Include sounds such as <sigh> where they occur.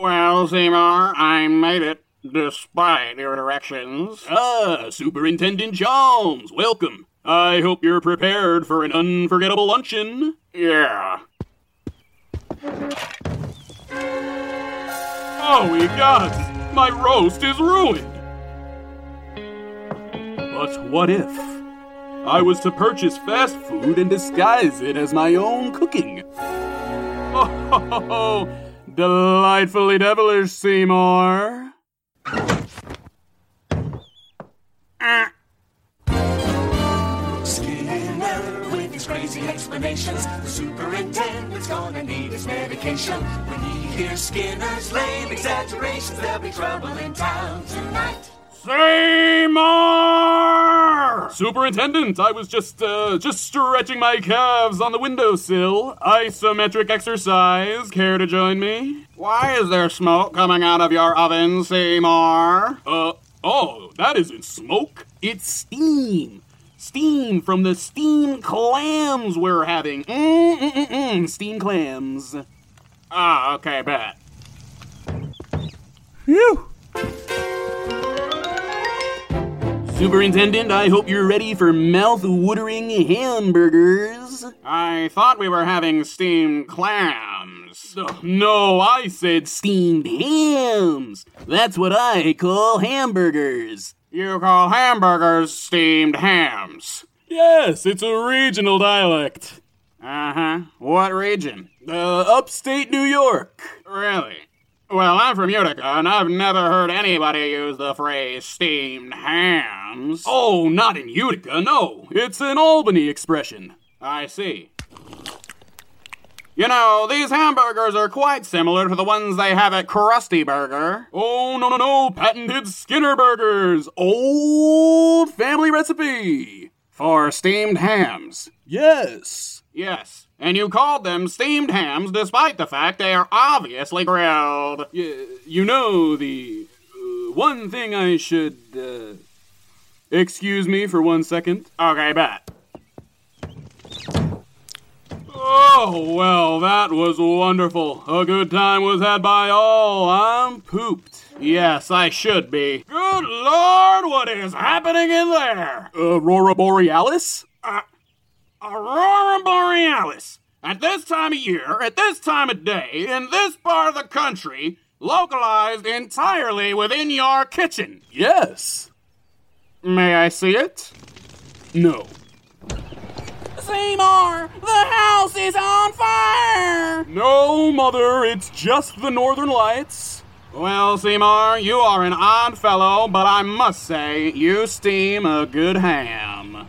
Well, Seymour, I made it, despite your directions. Ah, Superintendent Jones, welcome. I hope you're prepared for an unforgettable luncheon. Yeah. Oh, Holy gods, my roast is ruined! But what if I was to purchase fast food and disguise it as my own cooking? <laughs> Oh, ho, ho, ho. delightfully devilish, Seymour. Ah, Skinner with his crazy explanations. The superintendent's gonna need his medication. When he hears Skinner's lame exaggerations, there'll be trouble in town tonight. Seymour! Superintendent, I was just, uh, just stretching my calves on the windowsill. Isometric exercise. Care to join me? Why is there smoke coming out of your oven, Seymour? Uh, oh, that isn't smoke. It's steam. Steam from the steam clams we're having. Mm, Mm-mm-mm-mm, steam clams. Ah, okay, bet. Phew. Superintendent, I hope you're ready for mouth-watering hamburgers. I thought we were having steamed clams. Oh, no, I said steamed hams. That's what I call hamburgers. You call hamburgers steamed hams. Yes, it's a regional dialect. Uh huh. What region? Uh, upstate New York. Really? Well, I'm from Utica, and I've never heard anybody use the phrase steamed hams. Oh, not in Utica, no. It's an Albany expression. I see. You know, these hamburgers are quite similar to the ones they have at Krusty Burger. Oh, no, no, no. Patented Skinner Burgers. Old family recipe. For steamed hams. Yes. Yes. And you called them steamed hams despite the fact they are obviously grilled. Y- uh, you know, the uh, one thing I should. Uh, excuse me for one second. Okay, bet. Oh, well, that was wonderful. A good time was had by all. I'm pooped. Yes, I should be. Good lord, what is happening in there? Aurora Borealis? Uh, Aurora Borealis. At this time of year, at this time of day, in this part of the country, localized entirely within your kitchen. Yes. May I see it? No. Seymour, the house is on fire! No, Mother, it's just the Northern Lights. Well, Seymour, you are an odd fellow, but I must say, you steam a good ham.